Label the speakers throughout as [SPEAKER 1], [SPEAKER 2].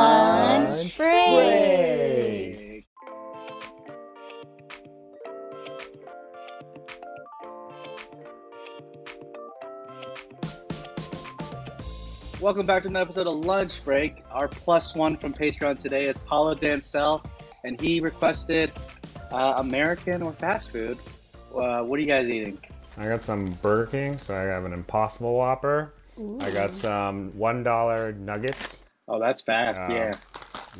[SPEAKER 1] Lunch,
[SPEAKER 2] Lunch
[SPEAKER 1] break.
[SPEAKER 2] break. Welcome back to another episode of Lunch Break. Our plus one from Patreon today is Paulo Dancel, and he requested uh, American or fast food. Uh, what are you guys eating?
[SPEAKER 3] I got some Burger King, so I have an Impossible Whopper. I
[SPEAKER 1] Mm.
[SPEAKER 3] got some one dollar nuggets.
[SPEAKER 2] Oh, that's fast.
[SPEAKER 3] Uh,
[SPEAKER 2] yeah,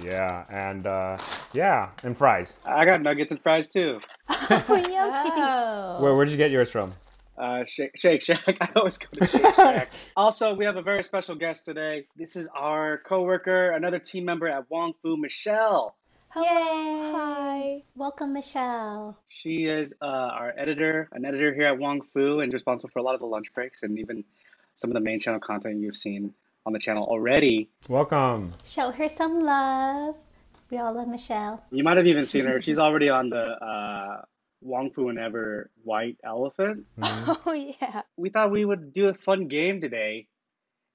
[SPEAKER 3] Yeah, and uh, yeah, and fries.
[SPEAKER 2] I got nuggets and fries too.
[SPEAKER 1] Oh.
[SPEAKER 3] Where where'd you get yours from?
[SPEAKER 2] Uh, Shake, Shake Shack. I always go to Shake Shack. also, we have a very special guest today. This is our coworker, another team member at Wong Fu, Michelle.
[SPEAKER 1] Yay.
[SPEAKER 4] Hi.
[SPEAKER 1] Welcome, Michelle.
[SPEAKER 2] She is uh, our editor, an editor here at Wong Fu, and responsible for a lot of the lunch breaks and even some of the main channel content you've seen on the channel already.
[SPEAKER 3] Welcome.
[SPEAKER 1] Show her some love. We all love Michelle.
[SPEAKER 2] You might have even seen her. She's already on the uh, Wong Fu and Ever White Elephant.
[SPEAKER 4] Oh yeah.
[SPEAKER 2] we thought we would do a fun game today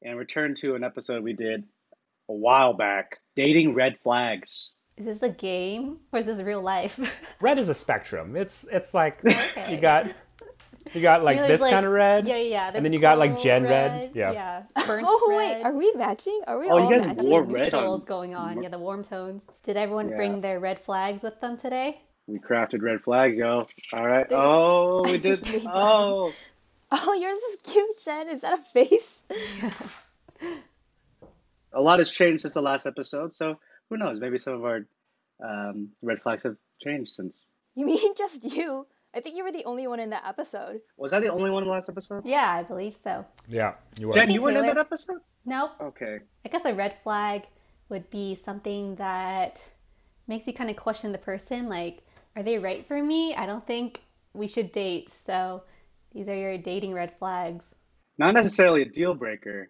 [SPEAKER 2] and return to an episode we did a while back dating red flags
[SPEAKER 1] Is this a game or is this real life?
[SPEAKER 3] Red is a spectrum. It's it's like
[SPEAKER 1] Okay.
[SPEAKER 3] you got you got like
[SPEAKER 1] You know, there's
[SPEAKER 3] this kind of red.
[SPEAKER 1] Yeah, yeah.
[SPEAKER 3] and then
[SPEAKER 1] there's
[SPEAKER 3] you got, like,
[SPEAKER 1] coral
[SPEAKER 3] gen red. Yeah.
[SPEAKER 1] Yeah. Burnt
[SPEAKER 4] Oh
[SPEAKER 1] red.
[SPEAKER 4] wait, are we matching? Are we
[SPEAKER 2] Oh, you
[SPEAKER 4] all
[SPEAKER 2] guys
[SPEAKER 4] matching?
[SPEAKER 2] wore red.
[SPEAKER 1] Neutrals
[SPEAKER 2] on-
[SPEAKER 1] going on. Yeah, the warm tones. Did everyone
[SPEAKER 2] Yeah.
[SPEAKER 1] bring their red flags with them today?
[SPEAKER 2] we crafted red flags yo all right
[SPEAKER 4] They-
[SPEAKER 2] oh we
[SPEAKER 4] I
[SPEAKER 2] did
[SPEAKER 4] just made mine.
[SPEAKER 2] oh
[SPEAKER 4] Oh, yours is cute, Jen. Is that a face?
[SPEAKER 2] a lot has changed since the last episode so who knows maybe some of our um, red flags have changed since
[SPEAKER 4] You mean just you? I think you were the only one in that episode.
[SPEAKER 2] was i the only one in the last episode
[SPEAKER 1] Yeah, I believe so.
[SPEAKER 3] Yeah, you were.
[SPEAKER 2] jen you weren't in
[SPEAKER 1] Taylor.
[SPEAKER 2] that episode
[SPEAKER 1] Nope.
[SPEAKER 2] okay
[SPEAKER 1] I guess a red flag would be something that makes you kind of question the person like, are they right for me? I don't think we should date. So these are your dating red flags.
[SPEAKER 2] not necessarily a deal breaker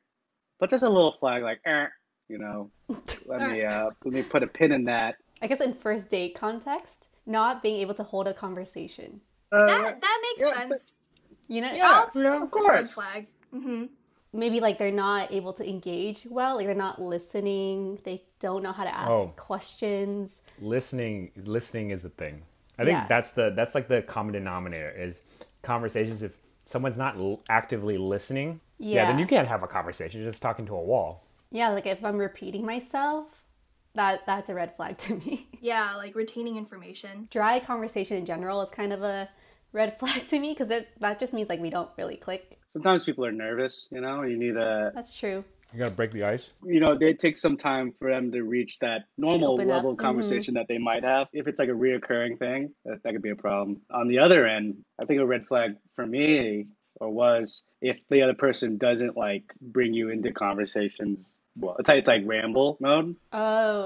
[SPEAKER 2] but just a little flag like eh, you know let me uh, let me put a pin in that
[SPEAKER 1] I guess in first date context, not being able to hold a conversation.
[SPEAKER 2] uh,
[SPEAKER 4] that
[SPEAKER 2] makes yeah, sense. but-
[SPEAKER 1] You know,
[SPEAKER 2] yeah, yeah, of course
[SPEAKER 4] flag. Mm-hmm.
[SPEAKER 1] maybe like they're not able to engage well, like they're not listening, they don't know how to ask
[SPEAKER 3] Oh.
[SPEAKER 1] questions.
[SPEAKER 3] listening listening is the thing. I think
[SPEAKER 1] Yeah.
[SPEAKER 3] that's the that's like the common denominator is conversations if someone's not l- actively listening, then
[SPEAKER 1] Yeah.
[SPEAKER 3] you can't have a conversation. You're just talking to a wall.
[SPEAKER 1] Yeah, like if I'm repeating myself, that that's a red flag to me.
[SPEAKER 5] Yeah, like retaining information.
[SPEAKER 1] dry conversation in general is kind of a red flag to me because that just means like we don't really click.
[SPEAKER 2] sometimes people are nervous you know you need a
[SPEAKER 1] That's true.
[SPEAKER 3] You got to break the ice.
[SPEAKER 2] you know they take some time for them to reach that normal
[SPEAKER 1] Open up,
[SPEAKER 2] level of
[SPEAKER 1] mhm.
[SPEAKER 2] conversation that they might have if it's like a reoccurring thing that, that could be a problem on the other end i think a red flag for me or was if the other person doesn't like bring you into conversations well it's like it's like ramble mode
[SPEAKER 1] Oh,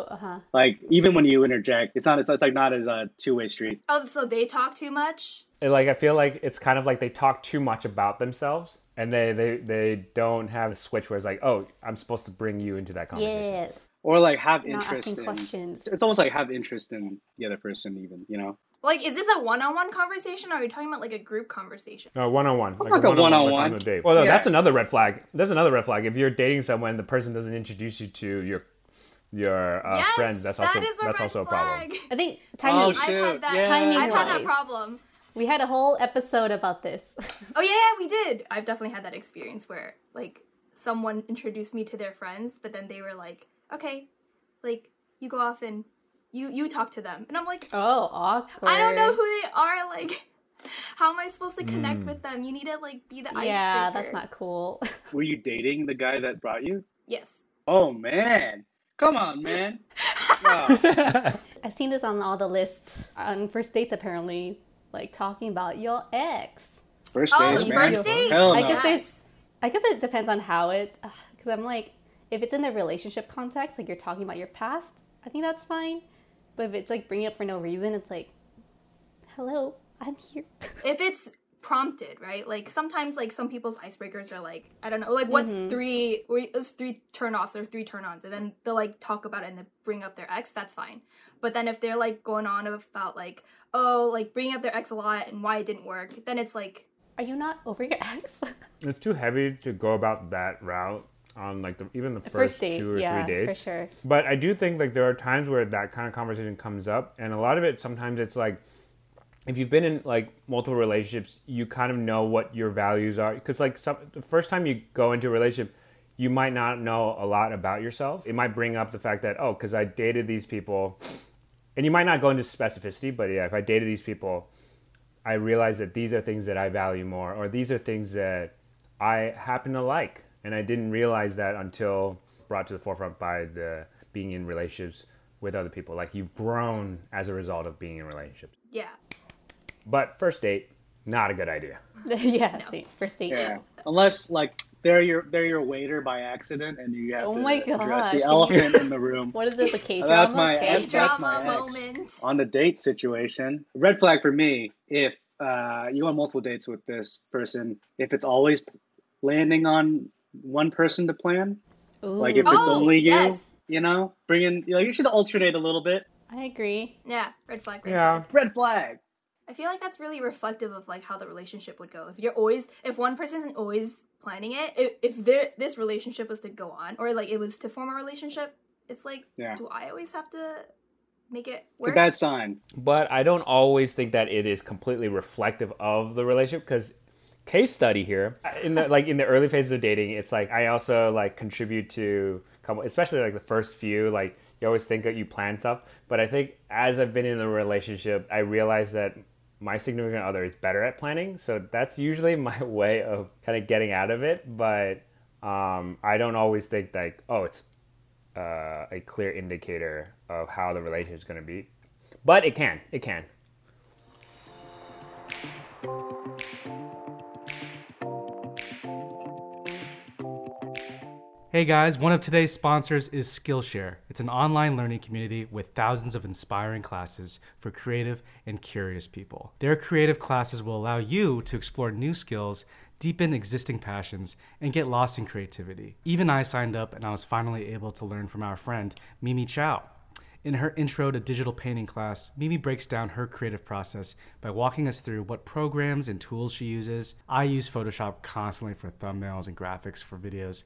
[SPEAKER 1] uh huh.
[SPEAKER 2] like even when you interject it's not it's, it's like not as a two-way street
[SPEAKER 5] Oh, so they talk too much?
[SPEAKER 3] And, like I feel like it's kind of like they talk too much about themselves, and they they they don't have a switch where it's like, oh, I'm supposed to bring you into that conversation.
[SPEAKER 1] Yes.
[SPEAKER 2] or like have
[SPEAKER 1] Not
[SPEAKER 2] interest
[SPEAKER 1] asking
[SPEAKER 2] in
[SPEAKER 1] questions.
[SPEAKER 2] it's almost like have interest in the other person even you know
[SPEAKER 5] Like, is this a one on one conversation or are you talking about like a group conversation?
[SPEAKER 3] No, one on one.
[SPEAKER 2] like a one-on-one.
[SPEAKER 3] Well, no,
[SPEAKER 2] Yeah.
[SPEAKER 3] that's another red flag. That's another red flag. If you're dating someone, the person doesn't introduce you to your your uh,
[SPEAKER 5] Yes,
[SPEAKER 3] friends. That's also
[SPEAKER 5] that is a
[SPEAKER 3] that's
[SPEAKER 5] red
[SPEAKER 3] also a problem.
[SPEAKER 5] flag.
[SPEAKER 1] I think timing.
[SPEAKER 2] Oh, shit.
[SPEAKER 5] I've
[SPEAKER 2] Shoot,
[SPEAKER 5] had that.
[SPEAKER 2] yeah.
[SPEAKER 1] Timing
[SPEAKER 5] I've had that
[SPEAKER 1] wise.
[SPEAKER 5] problem.
[SPEAKER 1] we had a whole episode about this.
[SPEAKER 5] Oh yeah, yeah, we did. I've definitely had that experience where like someone introduced me to their friends, but then they were like, "Okay, like you go off and you you talk to them," and I'm like,
[SPEAKER 1] oh, awkward.
[SPEAKER 5] "I don't know who they are. Like, how am I supposed to connect with them? You need to like be the
[SPEAKER 1] Hmm. Yeah,
[SPEAKER 5] icebreaker."
[SPEAKER 1] that's not cool.
[SPEAKER 2] were you dating the guy that brought you
[SPEAKER 5] Yes.
[SPEAKER 2] Oh man, come on, man. Wow.
[SPEAKER 1] I've seen this on all the lists on first dates apparently, like talking about your ex.
[SPEAKER 2] First
[SPEAKER 5] Oh,
[SPEAKER 2] date,
[SPEAKER 5] the
[SPEAKER 2] man.
[SPEAKER 5] first date?
[SPEAKER 2] Hell
[SPEAKER 1] I
[SPEAKER 2] no.
[SPEAKER 1] guess there's,
[SPEAKER 5] Yes.
[SPEAKER 1] I guess it depends on how it, because I'm like, if it's in the relationship context, like you're talking about your past, I think that's fine. But if it's like bringing it up for no reason, it's like, hello, I'm here.
[SPEAKER 5] if it's prompted, right? Like sometimes, like some people's icebreakers are like, I don't know, like what's
[SPEAKER 1] Mm-hmm.
[SPEAKER 5] three, or it's three turnoffs or three turn-ons, and then they'll like talk about it and then bring up their ex. That's fine. But then if they're like going on about like, oh, like bringing up their ex a lot and why it didn't work, then it's like,
[SPEAKER 1] Are you not over your ex?
[SPEAKER 3] It's too heavy to go about that route. on like the even the,
[SPEAKER 1] First date,
[SPEAKER 3] two or
[SPEAKER 1] yeah,
[SPEAKER 3] three dates.
[SPEAKER 1] for sure.
[SPEAKER 3] But I do think like there are times where that kind of conversation comes up, and a lot of it sometimes it's like if you've been in like multiple relationships, you kind of know what your values are because like some, the first time you go into a relationship, you might not know a lot about yourself. It might bring up the fact that oh, because I dated these people, and you might not go into specificity, but yeah, if I dated these people, I realized that these are things that I value more, or these are things that I happen to like, and I didn't realize that until brought to the forefront by the being in relationships with other people. Like you've grown as a result of being in relationships.
[SPEAKER 5] Yeah.
[SPEAKER 3] But first date, not a good idea.
[SPEAKER 1] yeah, see, first date.
[SPEAKER 2] Yeah. Unless like they're your they're your waiter by accident and you have
[SPEAKER 1] Oh
[SPEAKER 2] to
[SPEAKER 1] my
[SPEAKER 2] address
[SPEAKER 1] gosh.
[SPEAKER 2] the elephant in the room.
[SPEAKER 1] What is this, a K-drama?
[SPEAKER 2] That's my
[SPEAKER 1] Okay.
[SPEAKER 2] ex- that's my
[SPEAKER 5] Drama
[SPEAKER 2] ex.
[SPEAKER 5] moment.
[SPEAKER 2] on the date situation. Red flag for me if uh, you go on multiple dates with this person, if it's always landing on one person to plan,
[SPEAKER 1] Ooh,
[SPEAKER 2] like if it's
[SPEAKER 5] Oh,
[SPEAKER 2] only you,
[SPEAKER 5] yes.
[SPEAKER 2] you know, bring in like you should alternate a little bit.
[SPEAKER 1] I agree.
[SPEAKER 5] Yeah, red flag. Red
[SPEAKER 3] Yeah.
[SPEAKER 2] Red flag.
[SPEAKER 5] I feel like that's really reflective of like how the relationship would go. If you're always, if one person's always planning it, if, if there, this relationship was to go on or like it was to form a relationship, it's like,
[SPEAKER 2] Yeah.
[SPEAKER 5] do I always have to make it
[SPEAKER 2] It's
[SPEAKER 5] work?
[SPEAKER 2] a bad sign.
[SPEAKER 3] But I don't always think that it is completely reflective of the relationship because case study here in the like in the early phases of dating, it's like I also like contribute to couple, especially like the first few. Like you always think that you plan stuff, but I think as I've been in a relationship, I realize that my significant other is better at planning, so that's usually my way of kind of getting out of it. But um, I don't always think like, oh, it's uh, a clear indicator of how the relationship is going to be. But it can. It can.
[SPEAKER 6] Hey guys, one of today's sponsors is Skillshare. It's an online learning community with thousands of inspiring classes for creative and curious people. Their creative classes will allow you to explore new skills, deepen existing passions, and get lost in creativity. Even I signed up and I was finally able to learn from our friend, Mimi Chow. In her intro to digital painting class, Mimi breaks down her creative process by walking us through what programs and tools she uses. I use Photoshop constantly for thumbnails and graphics for videos,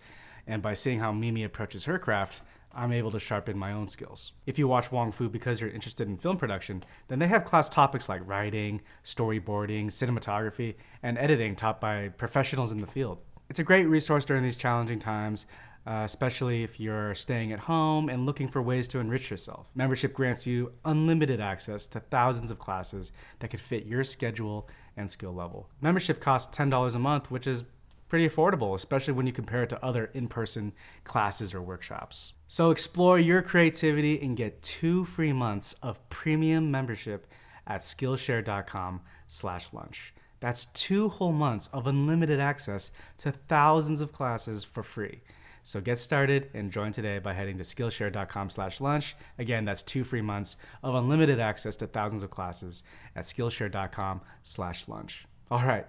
[SPEAKER 6] and by seeing how Mimi approaches her craft, I'm able to sharpen my own skills. If you watch Wong Fu because you're interested in film production, then they have class topics like writing, storyboarding, cinematography, and editing taught by professionals in the field. It's a great resource during these challenging times uh, especially if you're staying at home and looking for ways to enrich yourself. Membership grants you unlimited access to thousands of classes that could fit your schedule and skill level. Membership costs $10 a month, which is pretty affordable, especially when you compare it to other in person classes or workshops. So explore your creativity and get two free months of premium membership at skillshare.com slash lunch. That's two whole months of unlimited access to thousands of classes for free. So get started and join today by heading to Skillshare.com slash lunch. Again, that's two free months of unlimited access to thousands of classes at Skillshare.com slash lunch. All right,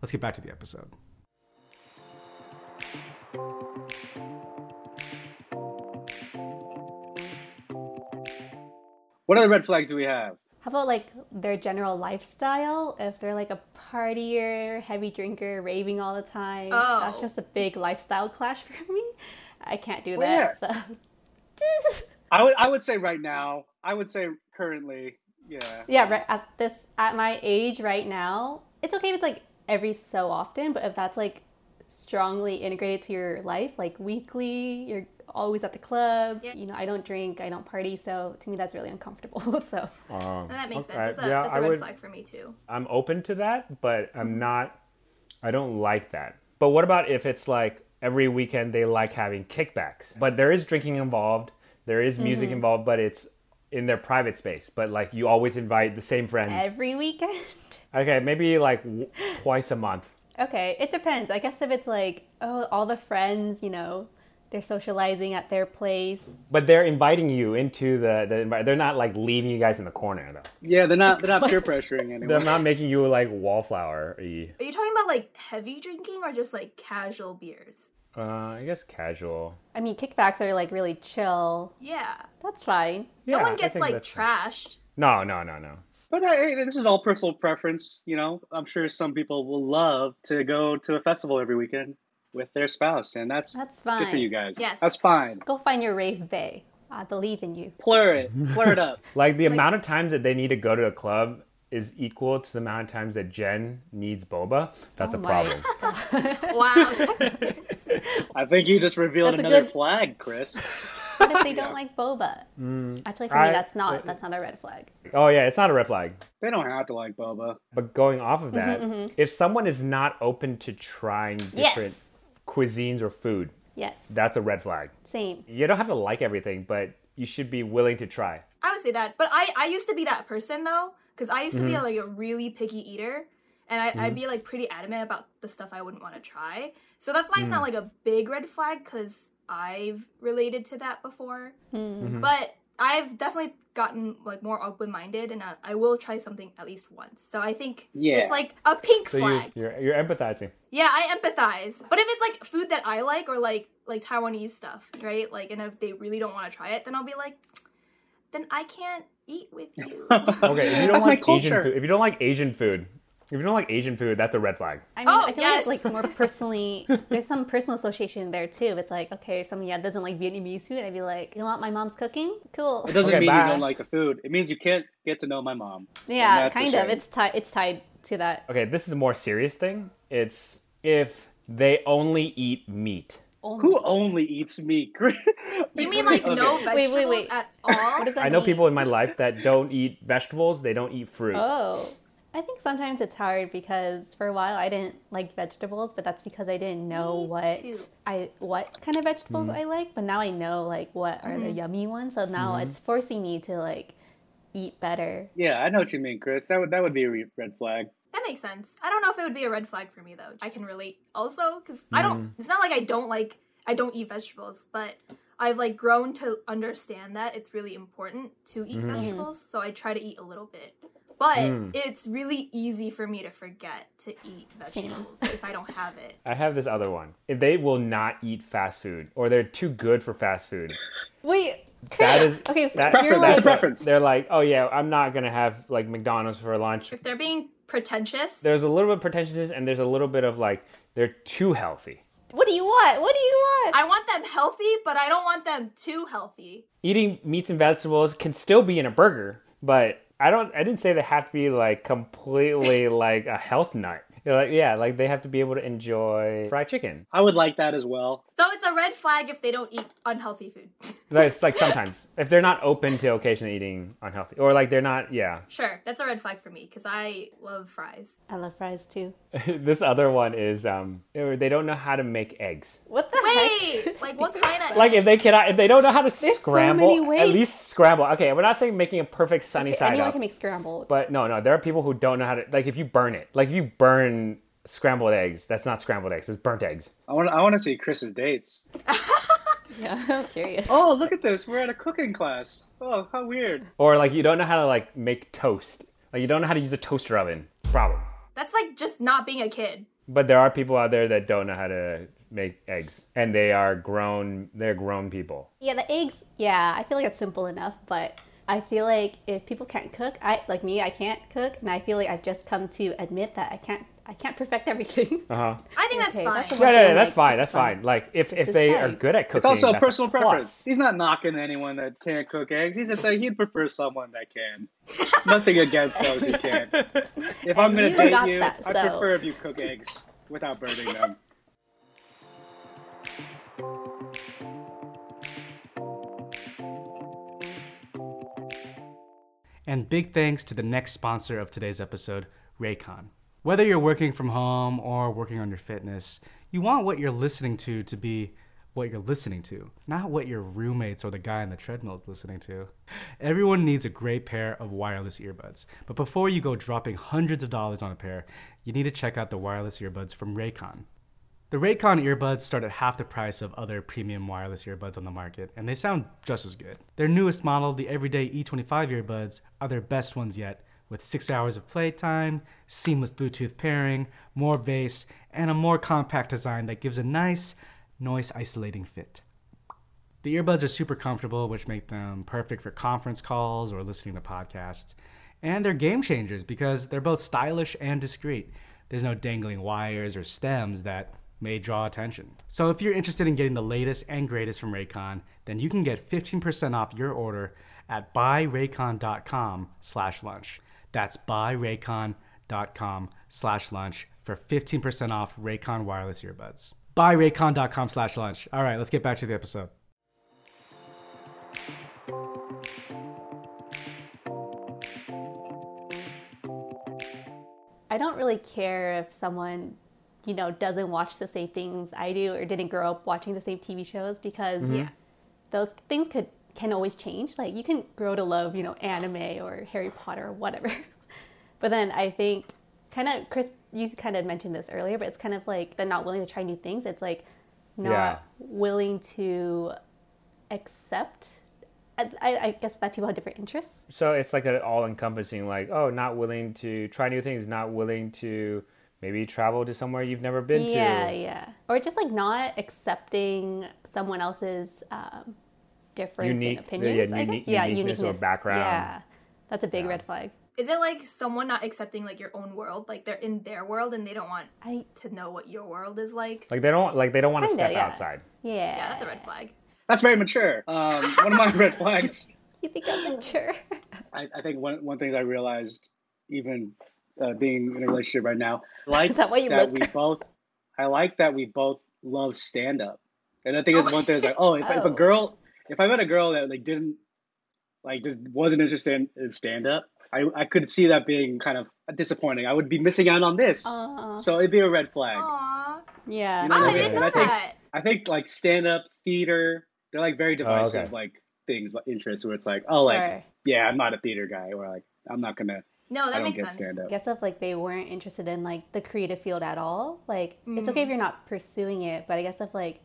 [SPEAKER 6] let's get back to the episode.
[SPEAKER 2] What other red flags do we have?
[SPEAKER 1] How about like their general lifestyle? If they're like a partier, heavy drinker, raving all the time,
[SPEAKER 5] Oh.
[SPEAKER 1] that's just a big lifestyle clash for me. I can't do
[SPEAKER 2] Well,
[SPEAKER 1] that. So,
[SPEAKER 2] I would I would say right now. I would say currently. Yeah.
[SPEAKER 1] yeah, right at this at my age right now, it's okay if it's like every so often, but if that's like strongly integrated to your life, like weekly, you're always at the club. You know, I don't drink, I don't party, so to me that's really uncomfortable. so
[SPEAKER 5] And that makes
[SPEAKER 3] Um, Okay,
[SPEAKER 5] sense. That's a,
[SPEAKER 3] yeah,
[SPEAKER 5] that's
[SPEAKER 3] I
[SPEAKER 5] a red
[SPEAKER 3] would-
[SPEAKER 5] flag Mm-hmm. for me too.
[SPEAKER 3] I'm open to that, but I'm not. I don't like that. But what about if it's like every weekend they like having kickbacks? But there is drinking involved. There is music
[SPEAKER 5] Mm-hmm.
[SPEAKER 3] involved, but it's in their private space. But like you always invite the same friends.
[SPEAKER 1] every weekend.
[SPEAKER 3] okay, maybe like w- twice a month.
[SPEAKER 1] Okay, it depends. I guess if it's like, oh, all the friends, you know, they're socializing at their place.
[SPEAKER 3] But they're inviting you into the, the envi- they're not like leaving you guys in the corner though.
[SPEAKER 2] Yeah. They're not. They're not peer pressuring
[SPEAKER 3] They're
[SPEAKER 2] anyone.
[SPEAKER 3] not making you like wallflower. y.
[SPEAKER 5] Are you talking about like heavy drinking or just like casual beers?
[SPEAKER 3] Uh, I guess casual.
[SPEAKER 1] I mean, kickbacks are like really chill.
[SPEAKER 5] Yeah.
[SPEAKER 1] That's fine.
[SPEAKER 3] Yeah,
[SPEAKER 5] no one
[SPEAKER 3] I
[SPEAKER 5] gets
[SPEAKER 3] think
[SPEAKER 5] like
[SPEAKER 3] that's-
[SPEAKER 5] trashed.
[SPEAKER 3] No, no, no, no.
[SPEAKER 2] But uh, hey, this is all personal preference. You know, I'm sure some people will love to go to a festival every weekend. with their spouse, and that's
[SPEAKER 1] That's
[SPEAKER 2] good for
[SPEAKER 1] fine.
[SPEAKER 2] you guys.
[SPEAKER 5] Yes.
[SPEAKER 2] That's fine.
[SPEAKER 1] Go find your rave bay. I believe in you.
[SPEAKER 2] Plur it, plur it up.
[SPEAKER 3] Like the amount of times that they need to go to a club is equal to the amount of times that Jen needs boba. That's
[SPEAKER 1] Oh
[SPEAKER 3] a
[SPEAKER 1] my
[SPEAKER 3] problem.
[SPEAKER 5] Wow.
[SPEAKER 2] I think you just revealed
[SPEAKER 1] That's a
[SPEAKER 2] another
[SPEAKER 1] good-
[SPEAKER 2] flag, Chris.
[SPEAKER 1] What if they don't like boba? Actually, for
[SPEAKER 3] Mm, I-
[SPEAKER 1] me, that's not that's not a red flag.
[SPEAKER 3] Oh yeah, it's not a red flag.
[SPEAKER 2] They don't have to like boba.
[SPEAKER 3] But going off
[SPEAKER 1] Mm-hmm,
[SPEAKER 3] of that, if someone is not open to trying different
[SPEAKER 1] Yes.
[SPEAKER 3] cuisines or food,
[SPEAKER 1] Yes,
[SPEAKER 3] that's a red flag.
[SPEAKER 1] same.
[SPEAKER 3] You don't have to like everything, but you should be willing to try.
[SPEAKER 5] I would say that, but I I used to be that person though, because I used to
[SPEAKER 3] Mm-hmm.
[SPEAKER 5] be like a really picky eater, and I, I'd be like pretty adamant about the stuff I wouldn't want to try. So that's why it's
[SPEAKER 3] Mm.
[SPEAKER 5] not like a big red flag, because I've related to that before.
[SPEAKER 3] Mm-hmm.
[SPEAKER 5] But I've definitely gotten like more open minded, and I, I will try something at least once. So I think
[SPEAKER 2] Yeah.
[SPEAKER 5] it's like a pink
[SPEAKER 3] So you
[SPEAKER 5] flag.
[SPEAKER 3] you're, you're empathizing.
[SPEAKER 5] Yeah, I empathize. But if it's like food that I like or like like Taiwanese stuff, right? Like and if they really don't want to try it, then I'll be like then I can't eat with you. oh,
[SPEAKER 3] Okay, if you don't
[SPEAKER 2] That's my
[SPEAKER 3] like Asian
[SPEAKER 2] culture.
[SPEAKER 3] food, if you don't like Asian food, if you don't like Asian food, that's a red flag.
[SPEAKER 1] I mean,
[SPEAKER 5] Oh,
[SPEAKER 1] I feel
[SPEAKER 5] yes.
[SPEAKER 1] like it's like more personally. There's some personal association there too. It's like okay, if someone yeah doesn't like Vietnamese food, I'd be like, you know what, my mom's cooking. Cool.
[SPEAKER 2] It doesn't
[SPEAKER 3] Okay,
[SPEAKER 2] mean
[SPEAKER 3] bye.
[SPEAKER 2] you don't like the food. It means you can't get to know my mom. And
[SPEAKER 1] Yeah,
[SPEAKER 2] that's a
[SPEAKER 1] kind of.
[SPEAKER 2] shame.
[SPEAKER 1] It's tied. It's tied to that.
[SPEAKER 3] Okay, this is a more serious thing. It's if they only eat meat.
[SPEAKER 1] Oh my-
[SPEAKER 2] who only eats meat. Chris?
[SPEAKER 5] you mean like no vegetables
[SPEAKER 1] Wait, wait, wait.
[SPEAKER 5] at all?
[SPEAKER 1] What does that
[SPEAKER 3] I know
[SPEAKER 1] mean?
[SPEAKER 3] people in my life that don't eat vegetables, they don't eat fruit.
[SPEAKER 1] Oh, I think sometimes it's hard because for a while I didn't like vegetables, but that's because I didn't know
[SPEAKER 5] Me
[SPEAKER 1] what
[SPEAKER 5] too.
[SPEAKER 1] I what kind of vegetables
[SPEAKER 3] Mm.
[SPEAKER 1] I like. But now I know like what are the yummy ones, so now
[SPEAKER 3] Mm-hmm.
[SPEAKER 1] it's forcing me to like eat better.
[SPEAKER 2] yeah, I know what you mean, Chris. That would that would be a re- red flag.
[SPEAKER 5] that makes sense. I don't know if it would be a red flag for me though. I can relate also cuz I don't it's not like I don't like I don't eat vegetables, but I've like grown to understand that it's really important to eat vegetables, so I try to eat a little bit. But it's really easy for me to forget to eat vegetables if I don't have it.
[SPEAKER 3] I have this other one. If they will not eat fast food or they're too good for fast food.
[SPEAKER 1] Wait,
[SPEAKER 3] That is
[SPEAKER 1] okay.
[SPEAKER 3] that-
[SPEAKER 2] preference,
[SPEAKER 1] you're like
[SPEAKER 2] that's preference.
[SPEAKER 3] They're like, "Oh yeah, I'm not going to have like McDonald's for lunch."
[SPEAKER 5] If they're being pretentious,
[SPEAKER 3] There's a little bit of pretentiousness and there's a little bit of like they're too healthy.
[SPEAKER 1] what do you want? What do you want?
[SPEAKER 5] I want them healthy, but I don't want them too healthy.
[SPEAKER 3] Eating meats and vegetables can still be in a burger, but I don't I didn't say they have to be like completely like a health nut. They're like, yeah, like they have to be able to enjoy fried chicken.
[SPEAKER 2] I would like that as well.
[SPEAKER 5] So it's a red flag if they don't eat unhealthy food.
[SPEAKER 3] That's like sometimes if they're not open to occasionally eating unhealthy or like they're not yeah
[SPEAKER 5] sure, that's a red flag for me because I love fries.
[SPEAKER 1] I love fries too.
[SPEAKER 3] this other one is um or they don't know how to make eggs
[SPEAKER 1] What the
[SPEAKER 5] Wait,
[SPEAKER 1] heck?
[SPEAKER 5] like what kind of
[SPEAKER 3] like if they cannot if they don't know how to
[SPEAKER 1] so
[SPEAKER 3] scramble
[SPEAKER 1] many
[SPEAKER 3] at
[SPEAKER 1] ways.
[SPEAKER 3] least scramble okay we're not saying making a perfect sunny side
[SPEAKER 1] Anyone
[SPEAKER 3] up
[SPEAKER 1] can make scrambled.
[SPEAKER 3] but no no there are people who don't know how to like if you burn it like if you burn scrambled eggs that's not scrambled eggs it's burnt eggs
[SPEAKER 2] I want I want to see Chris's dates.
[SPEAKER 1] yeah, I'm curious.
[SPEAKER 2] Oh, look at this! We're at a cooking class. Oh, how weird.
[SPEAKER 3] or like you don't know how to like make toast like you don't know how to use a toaster oven problem
[SPEAKER 5] That's like just not being a kid.
[SPEAKER 3] But there are people out there that don't know how to make eggs, and they are grown. They're grown people.
[SPEAKER 1] Yeah, the eggs. Yeah, I feel like that's simple enough, but I feel like if people can't cook, I like me, I can't cook, and I feel like I've just come to admit that I can't. I can't perfect everything.
[SPEAKER 5] I
[SPEAKER 1] Okay,
[SPEAKER 5] think that's
[SPEAKER 1] that's
[SPEAKER 5] fine.
[SPEAKER 1] a-
[SPEAKER 3] Yeah, yeah,
[SPEAKER 1] Like,
[SPEAKER 3] that's fine.
[SPEAKER 1] this
[SPEAKER 3] That's
[SPEAKER 1] is
[SPEAKER 3] fine.
[SPEAKER 1] fine.
[SPEAKER 3] Like if, if
[SPEAKER 1] is
[SPEAKER 3] they
[SPEAKER 1] fine.
[SPEAKER 3] are good at cooking,
[SPEAKER 2] It's also a
[SPEAKER 3] that's
[SPEAKER 2] personal
[SPEAKER 3] plus.
[SPEAKER 2] preference. He's not knocking anyone that can't cook eggs. He's just saying he'd prefer someone that can. Nothing against those who can. If I'm going to
[SPEAKER 1] you
[SPEAKER 2] date
[SPEAKER 1] got
[SPEAKER 2] you,
[SPEAKER 1] that,
[SPEAKER 2] I
[SPEAKER 1] so-
[SPEAKER 2] prefer if you cook eggs without burning them.
[SPEAKER 6] And big thanks to the next sponsor of today's episode, Raycon. Whether you're working from home or working on your fitness, you want what you're listening to to be what you're listening to, not what your roommates or the guy on the treadmill is listening to. Everyone needs a great pair of wireless earbuds, but before you go dropping hundreds of dollars on a pair, you need to check out the wireless earbuds from Raycon. The Raycon earbuds start at half the price of other premium wireless earbuds on the market, and they sound just as good. Their newest model, the Everyday E25 earbuds, are their best ones yet, with six hours of playtime, seamless Bluetooth pairing, more bass, and a more compact design that gives a nice, noise isolating fit. The earbuds are super comfortable, which make them perfect for conference calls or listening to podcasts. And they're game changers because they're both stylish and discreet. There's no dangling wires or stems that may draw attention. So if you're interested in getting the latest and greatest from Raycon, then you can get 15% off your order at buyraycon.com slash lunch. That's buyraycon.com slash lunch for 15% off Raycon wireless earbuds. Buyraycon.com slash lunch. All right, let's get back to the episode.
[SPEAKER 1] I don't really care if someone, you know, doesn't watch the same things I do or didn't grow up watching the same TV shows because
[SPEAKER 5] Mm-hmm.
[SPEAKER 1] those things could can always change. Like you can grow to love, you know, anime or Harry Potter or whatever. but then I think kind of Chris you kind of mentioned this earlier, but it's kind of like they're not willing to try new things. It's like not
[SPEAKER 3] Yeah.
[SPEAKER 1] willing to accept I, I I guess that people have different interests.
[SPEAKER 3] so it's like an all-encompassing like oh not willing to try new things not willing to maybe travel to somewhere you've never been
[SPEAKER 1] Yeah,
[SPEAKER 3] to
[SPEAKER 1] yeah. Or just like not accepting someone else's um, difference
[SPEAKER 3] Unique-
[SPEAKER 1] in
[SPEAKER 3] yeah,
[SPEAKER 1] opinions. I guess.
[SPEAKER 3] unique- uniqueness or background.
[SPEAKER 1] Yeah, that's a big red flag.
[SPEAKER 5] Is it like someone not accepting like your own world? Like they're in their world and they don't want
[SPEAKER 1] I
[SPEAKER 5] to know what your world is like?
[SPEAKER 3] like they don't like they don't want to
[SPEAKER 1] Kinda,
[SPEAKER 3] step
[SPEAKER 1] yeah.
[SPEAKER 3] outside
[SPEAKER 1] yeah.
[SPEAKER 5] Yeah, that's a red flag.
[SPEAKER 2] That's very mature. Um, one of my red flags.
[SPEAKER 1] You think I'm mature?
[SPEAKER 2] I, I think one one thing that I realized, even uh, being in a relationship right now, I like
[SPEAKER 1] that why you
[SPEAKER 2] that
[SPEAKER 1] look?
[SPEAKER 2] we both. I like that we both love stand up, and I think it's one thing. Is like, oh, if, if
[SPEAKER 1] Oh.
[SPEAKER 2] a girl, if I met a girl that like didn't, like just wasn't interested in stand up, I I could see that being kind of disappointing. I would be missing out on this,
[SPEAKER 1] Aw.
[SPEAKER 2] so it'd be a red flag.
[SPEAKER 5] Aww.
[SPEAKER 1] yeah.
[SPEAKER 2] You know,
[SPEAKER 5] Oh, I
[SPEAKER 2] like,
[SPEAKER 5] didn't
[SPEAKER 2] and
[SPEAKER 5] know
[SPEAKER 2] I think,
[SPEAKER 5] that.
[SPEAKER 2] I think like stand up theater, they're like very divisive,
[SPEAKER 3] okay.
[SPEAKER 2] like things, like interests where it's like, oh,
[SPEAKER 1] Sure.
[SPEAKER 2] like yeah, I'm not a theater guy, or like I'm not gonna,
[SPEAKER 5] No,
[SPEAKER 2] I
[SPEAKER 5] that
[SPEAKER 2] don't
[SPEAKER 5] makes
[SPEAKER 2] get
[SPEAKER 5] sense.
[SPEAKER 2] stand
[SPEAKER 1] I
[SPEAKER 2] up.
[SPEAKER 1] guess if like they weren't interested in like the creative field at all, like it's okay if you're not pursuing it, but I guess if like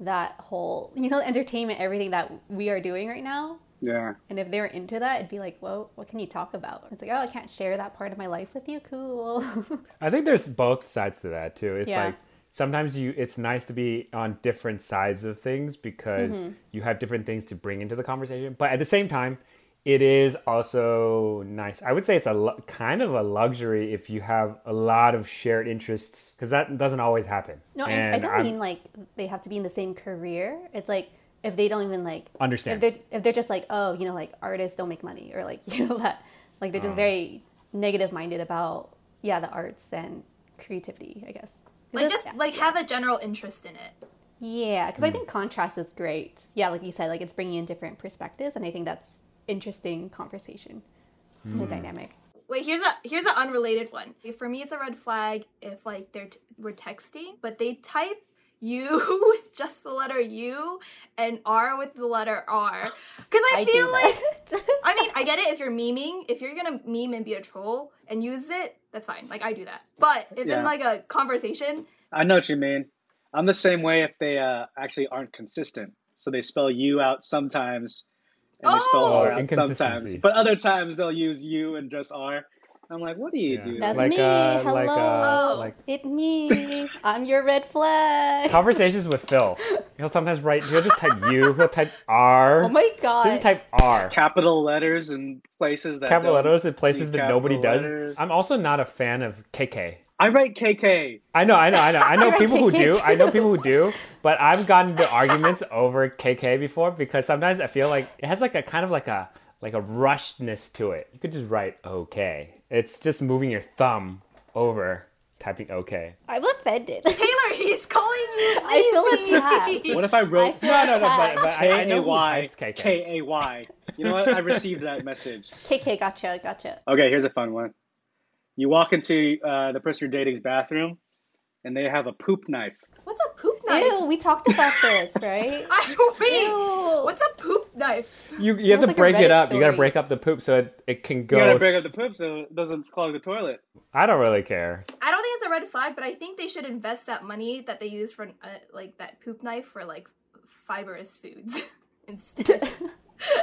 [SPEAKER 1] that whole you know entertainment everything that we are doing right now
[SPEAKER 2] Yeah,
[SPEAKER 1] And if they were into that, it'd be like, whoa, what can you talk about? It's like, oh, I can't share that part of my life with you. Cool.
[SPEAKER 3] i think there's both sides to that too it's
[SPEAKER 1] Yeah.
[SPEAKER 3] like sometimes you it's nice to be on different sides of things because
[SPEAKER 1] Mm-hmm.
[SPEAKER 3] you have different things to bring into the conversation but at the same time it is also nice i would say it's a lu- kind of a luxury if you have a lot of shared interests because that doesn't always happen
[SPEAKER 1] no, and I
[SPEAKER 3] And
[SPEAKER 1] don't
[SPEAKER 3] I'm-
[SPEAKER 1] mean like they have to be in the same career. It's like if they don't even like
[SPEAKER 3] Understand.
[SPEAKER 1] If they're, if they're just like, oh, you know, like artists don't make money or like, you know, that, like they're
[SPEAKER 3] Mm.
[SPEAKER 1] just very negative minded about, yeah, the arts and creativity, I guess. 'Cause
[SPEAKER 5] Like
[SPEAKER 1] it's-
[SPEAKER 5] just like have a general interest in it.
[SPEAKER 1] Yeah, because I
[SPEAKER 3] Mm.
[SPEAKER 1] think contrast is great. Yeah, like you said, like it's bringing in different perspectives. And I think that's interesting conversation,
[SPEAKER 3] Mm.
[SPEAKER 1] the dynamic.
[SPEAKER 5] Wait, here's a here's an unrelated one. For me, it's a red flag if like they're t- we're texting, but they type you with just the letter U and R with the letter R. Because I,
[SPEAKER 1] I
[SPEAKER 5] feel
[SPEAKER 1] do
[SPEAKER 5] like
[SPEAKER 1] that.
[SPEAKER 5] I mean I get it if you're memeing, if you're gonna meme and be a troll and use it, that's fine. Like I do that. But if in
[SPEAKER 2] Yeah.
[SPEAKER 5] like a conversation,
[SPEAKER 2] I know what you mean. I'm the same way if they uh, actually aren't consistent, so they spell you out sometimes, and they spell
[SPEAKER 5] Oh!
[SPEAKER 2] R out sometimes,
[SPEAKER 3] Inconsistencies.
[SPEAKER 2] but other times they'll use you and just R. I'm like, what do you
[SPEAKER 3] Yeah.
[SPEAKER 2] do?
[SPEAKER 1] That's
[SPEAKER 3] like
[SPEAKER 1] me.
[SPEAKER 3] uh,
[SPEAKER 1] Hello.
[SPEAKER 3] like
[SPEAKER 5] Oh.
[SPEAKER 3] uh, like
[SPEAKER 1] It me. I'm your red flag.
[SPEAKER 3] conversations with Phil. He'll sometimes write. He'll just type U. He'll type R.
[SPEAKER 1] oh my
[SPEAKER 3] He'll
[SPEAKER 1] god.
[SPEAKER 3] just type R.
[SPEAKER 2] capital letters and places that
[SPEAKER 3] Capital
[SPEAKER 2] don't
[SPEAKER 3] letters in places
[SPEAKER 2] need
[SPEAKER 3] that nobody
[SPEAKER 2] capital
[SPEAKER 3] does.
[SPEAKER 2] letters.
[SPEAKER 3] I'm also not a fan of KK.
[SPEAKER 2] I write KK.
[SPEAKER 3] I know, I know, I know. I know
[SPEAKER 1] write
[SPEAKER 3] people who
[SPEAKER 1] KK
[SPEAKER 3] do. I know
[SPEAKER 1] too.
[SPEAKER 3] people who do. But I've gotten into arguments over KK before because sometimes I feel like it has like a kind of like a like a rushedness to it. You could just write OK. It's just moving your thumb over typing OK.
[SPEAKER 1] I'm offended.
[SPEAKER 5] Taylor, he's calling you.
[SPEAKER 1] I feel attacked.
[SPEAKER 2] What if I wrote
[SPEAKER 1] feel No, no, no,
[SPEAKER 3] But, but I, I know who
[SPEAKER 2] K-A-Y,
[SPEAKER 3] types KK.
[SPEAKER 2] K-A-Y. You know what? I received that message.
[SPEAKER 1] KK, gotcha, gotcha.
[SPEAKER 2] Okay, here's a fun one. You walk into uh, the person you're dating's bathroom, and they have a poop knife.
[SPEAKER 5] What's a poop knife?
[SPEAKER 1] Ew, we talked about this, right?
[SPEAKER 5] I, wait,
[SPEAKER 1] Ew.
[SPEAKER 5] what's a poop knife?
[SPEAKER 3] You, you have to
[SPEAKER 1] like a
[SPEAKER 3] break
[SPEAKER 1] Reddit
[SPEAKER 3] it up. You got
[SPEAKER 1] story.
[SPEAKER 3] to break up the poop so it, it can go.
[SPEAKER 2] You gotta break up the poop so it doesn't clog the toilet.
[SPEAKER 3] I don't really care.
[SPEAKER 5] I don't think it's a red flag, but I think they should invest that money that they use for uh, like that poop knife for like fibrous foods instead.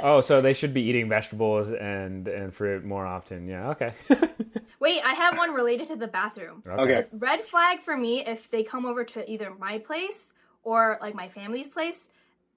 [SPEAKER 3] Oh, so they should be eating vegetables and and fruit more often. Yeah. Okay.
[SPEAKER 5] Wait, I have one related to the bathroom.
[SPEAKER 2] Okay.
[SPEAKER 5] Red flag for me if they come over to either my place or like my family's place,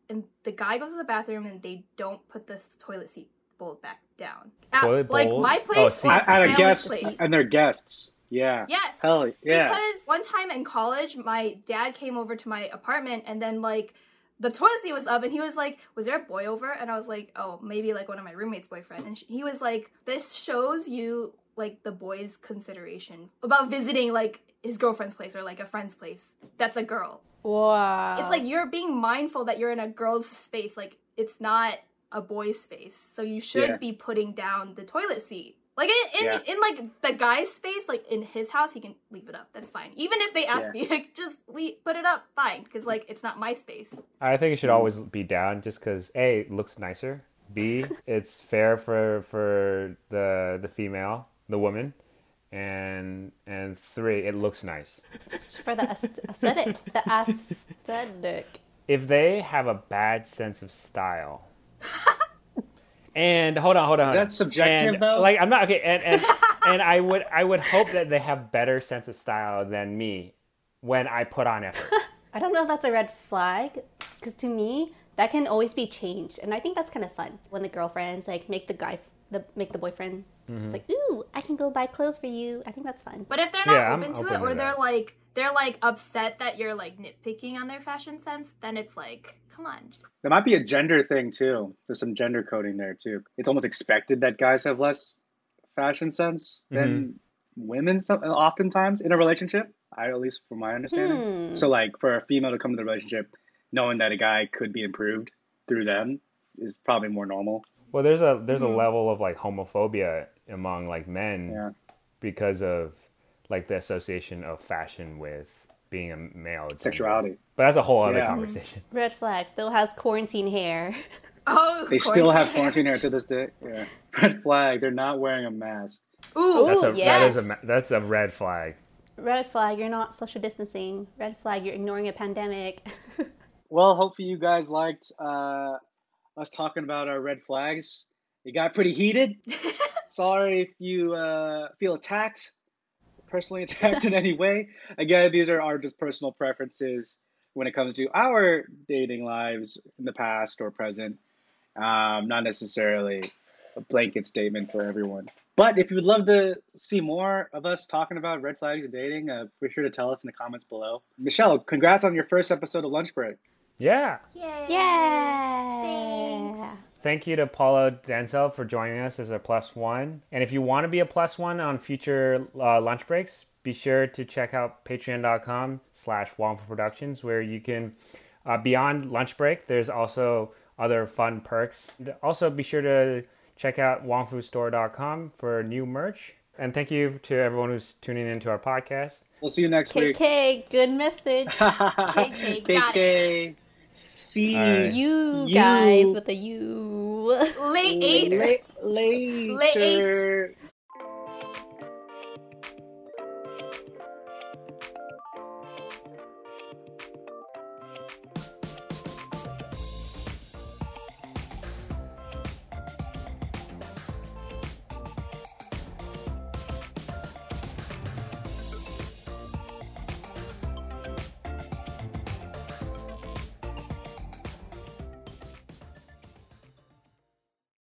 [SPEAKER 5] and the guy goes to the bathroom and they don't put the toilet seat bowl back down. At,
[SPEAKER 3] Toilet
[SPEAKER 5] like
[SPEAKER 3] bowls?
[SPEAKER 5] my
[SPEAKER 3] Oh,
[SPEAKER 5] place,
[SPEAKER 3] seat.
[SPEAKER 5] or
[SPEAKER 2] At
[SPEAKER 5] my
[SPEAKER 2] a
[SPEAKER 5] family's
[SPEAKER 2] guest,
[SPEAKER 5] place.
[SPEAKER 2] and they're guests. Yeah.
[SPEAKER 5] Yes.
[SPEAKER 2] Hell yeah.
[SPEAKER 5] Because one time in college, my dad came over to my apartment and then like the toilet seat was up and he was like, "Was there a boy over?" And I was like, "Oh, maybe like one of my roommates' boyfriend." And sh- he was like, "This shows you like the boy's consideration about visiting like his girlfriend's place or like a friend's place. That's a girl.
[SPEAKER 1] Wow.
[SPEAKER 3] Um,
[SPEAKER 5] It's like you're being mindful that you're in a girl's space. Like it's not a boy's space, so you should
[SPEAKER 2] Yeah.
[SPEAKER 5] be putting down the toilet seat. Like in, in,
[SPEAKER 2] Yeah.
[SPEAKER 5] in like the guy's space, like in his house, he can leave it up. That's fine. Even if they ask
[SPEAKER 2] Yeah.
[SPEAKER 5] me, like just we put it up, fine, because like it's not my space.
[SPEAKER 3] I think it should always be down, just because a it looks nicer. B it's fair for for the the female, the woman, and and three it looks nice.
[SPEAKER 1] for the aest- aesthetic. The aesthetic.
[SPEAKER 3] If they have a bad sense of style, and hold on, hold on, hold
[SPEAKER 2] that
[SPEAKER 3] on.
[SPEAKER 2] subjective,
[SPEAKER 3] And,
[SPEAKER 2] though?
[SPEAKER 3] Like I'm not okay, and and, and I would I would hope that they have better sense of style than me when I put on effort.
[SPEAKER 1] I don't know if that's a red flag, because to me that can always be changed, and I think that's kind of fun when the girlfriends like make the guy, the make the boyfriend. It's like, ooh, I can go buy clothes for you. I think that's fun.
[SPEAKER 5] But if they're not
[SPEAKER 3] Yeah, I'm
[SPEAKER 5] open to
[SPEAKER 3] open
[SPEAKER 5] it,
[SPEAKER 3] to
[SPEAKER 5] or they're
[SPEAKER 3] that.
[SPEAKER 5] like they're like upset that you're like nitpicking on their fashion sense, then it's like, come on, just
[SPEAKER 2] There might be a gender thing too. There's some gender coding there too. It's almost expected that guys have less fashion sense than women. Some oftentimes in a relationship, I at least from my understanding. So like for a female to come to the relationship, knowing that a guy could be improved through them is probably more normal.
[SPEAKER 3] Well, there's a there's a level of like homophobia among like men
[SPEAKER 2] Mm-hmm. Yeah.
[SPEAKER 3] because of like the association of fashion with being a male gender.
[SPEAKER 2] Sexuality.
[SPEAKER 3] But that's a whole other
[SPEAKER 2] Yeah.
[SPEAKER 3] conversation.
[SPEAKER 1] Red flag still has quarantine hair.
[SPEAKER 5] oh,
[SPEAKER 2] They still have
[SPEAKER 5] quarantine.
[SPEAKER 2] quarantine hair to this day. Yeah. Red flag. They're not wearing a mask.
[SPEAKER 5] Ooh,
[SPEAKER 3] That's a that is
[SPEAKER 1] yes.
[SPEAKER 3] a ma- that's a red flag.
[SPEAKER 1] Red flag, you're not social distancing. Red flag, you're ignoring a pandemic.
[SPEAKER 2] Well, hopefully you guys liked uh, us talking about our red flags. It got pretty heated. Sorry if you uh, feel attacked, personally attacked in any way. Again, these are our just personal preferences when it comes to our dating lives in the past or present. Um, not necessarily a blanket statement for everyone. But if you would love to see more of us talking about red flags and dating, uh, be sure to tell us in the comments below. Michelle, congrats on your first episode of Lunch Break.
[SPEAKER 3] Yeah.
[SPEAKER 5] yay.
[SPEAKER 1] yeah.
[SPEAKER 3] Thank you to Paula Denzel for joining us as a plus one. And if you want to be a plus one on future uh, lunch breaks, be sure to check out patreon.com slash Waffle Productions where you can, uh, beyond lunch break, there's also other fun perks. And Also, be sure to check out wongfustore.com for new merch. And thank you to everyone who's tuning into our podcast.
[SPEAKER 2] We'll see you next week.
[SPEAKER 1] KK, good message.
[SPEAKER 5] KK, got it.
[SPEAKER 2] KK. See
[SPEAKER 3] All right.
[SPEAKER 1] you
[SPEAKER 2] You.
[SPEAKER 1] guys with a you.
[SPEAKER 5] Late eight.
[SPEAKER 2] Late, later.
[SPEAKER 5] Late eight.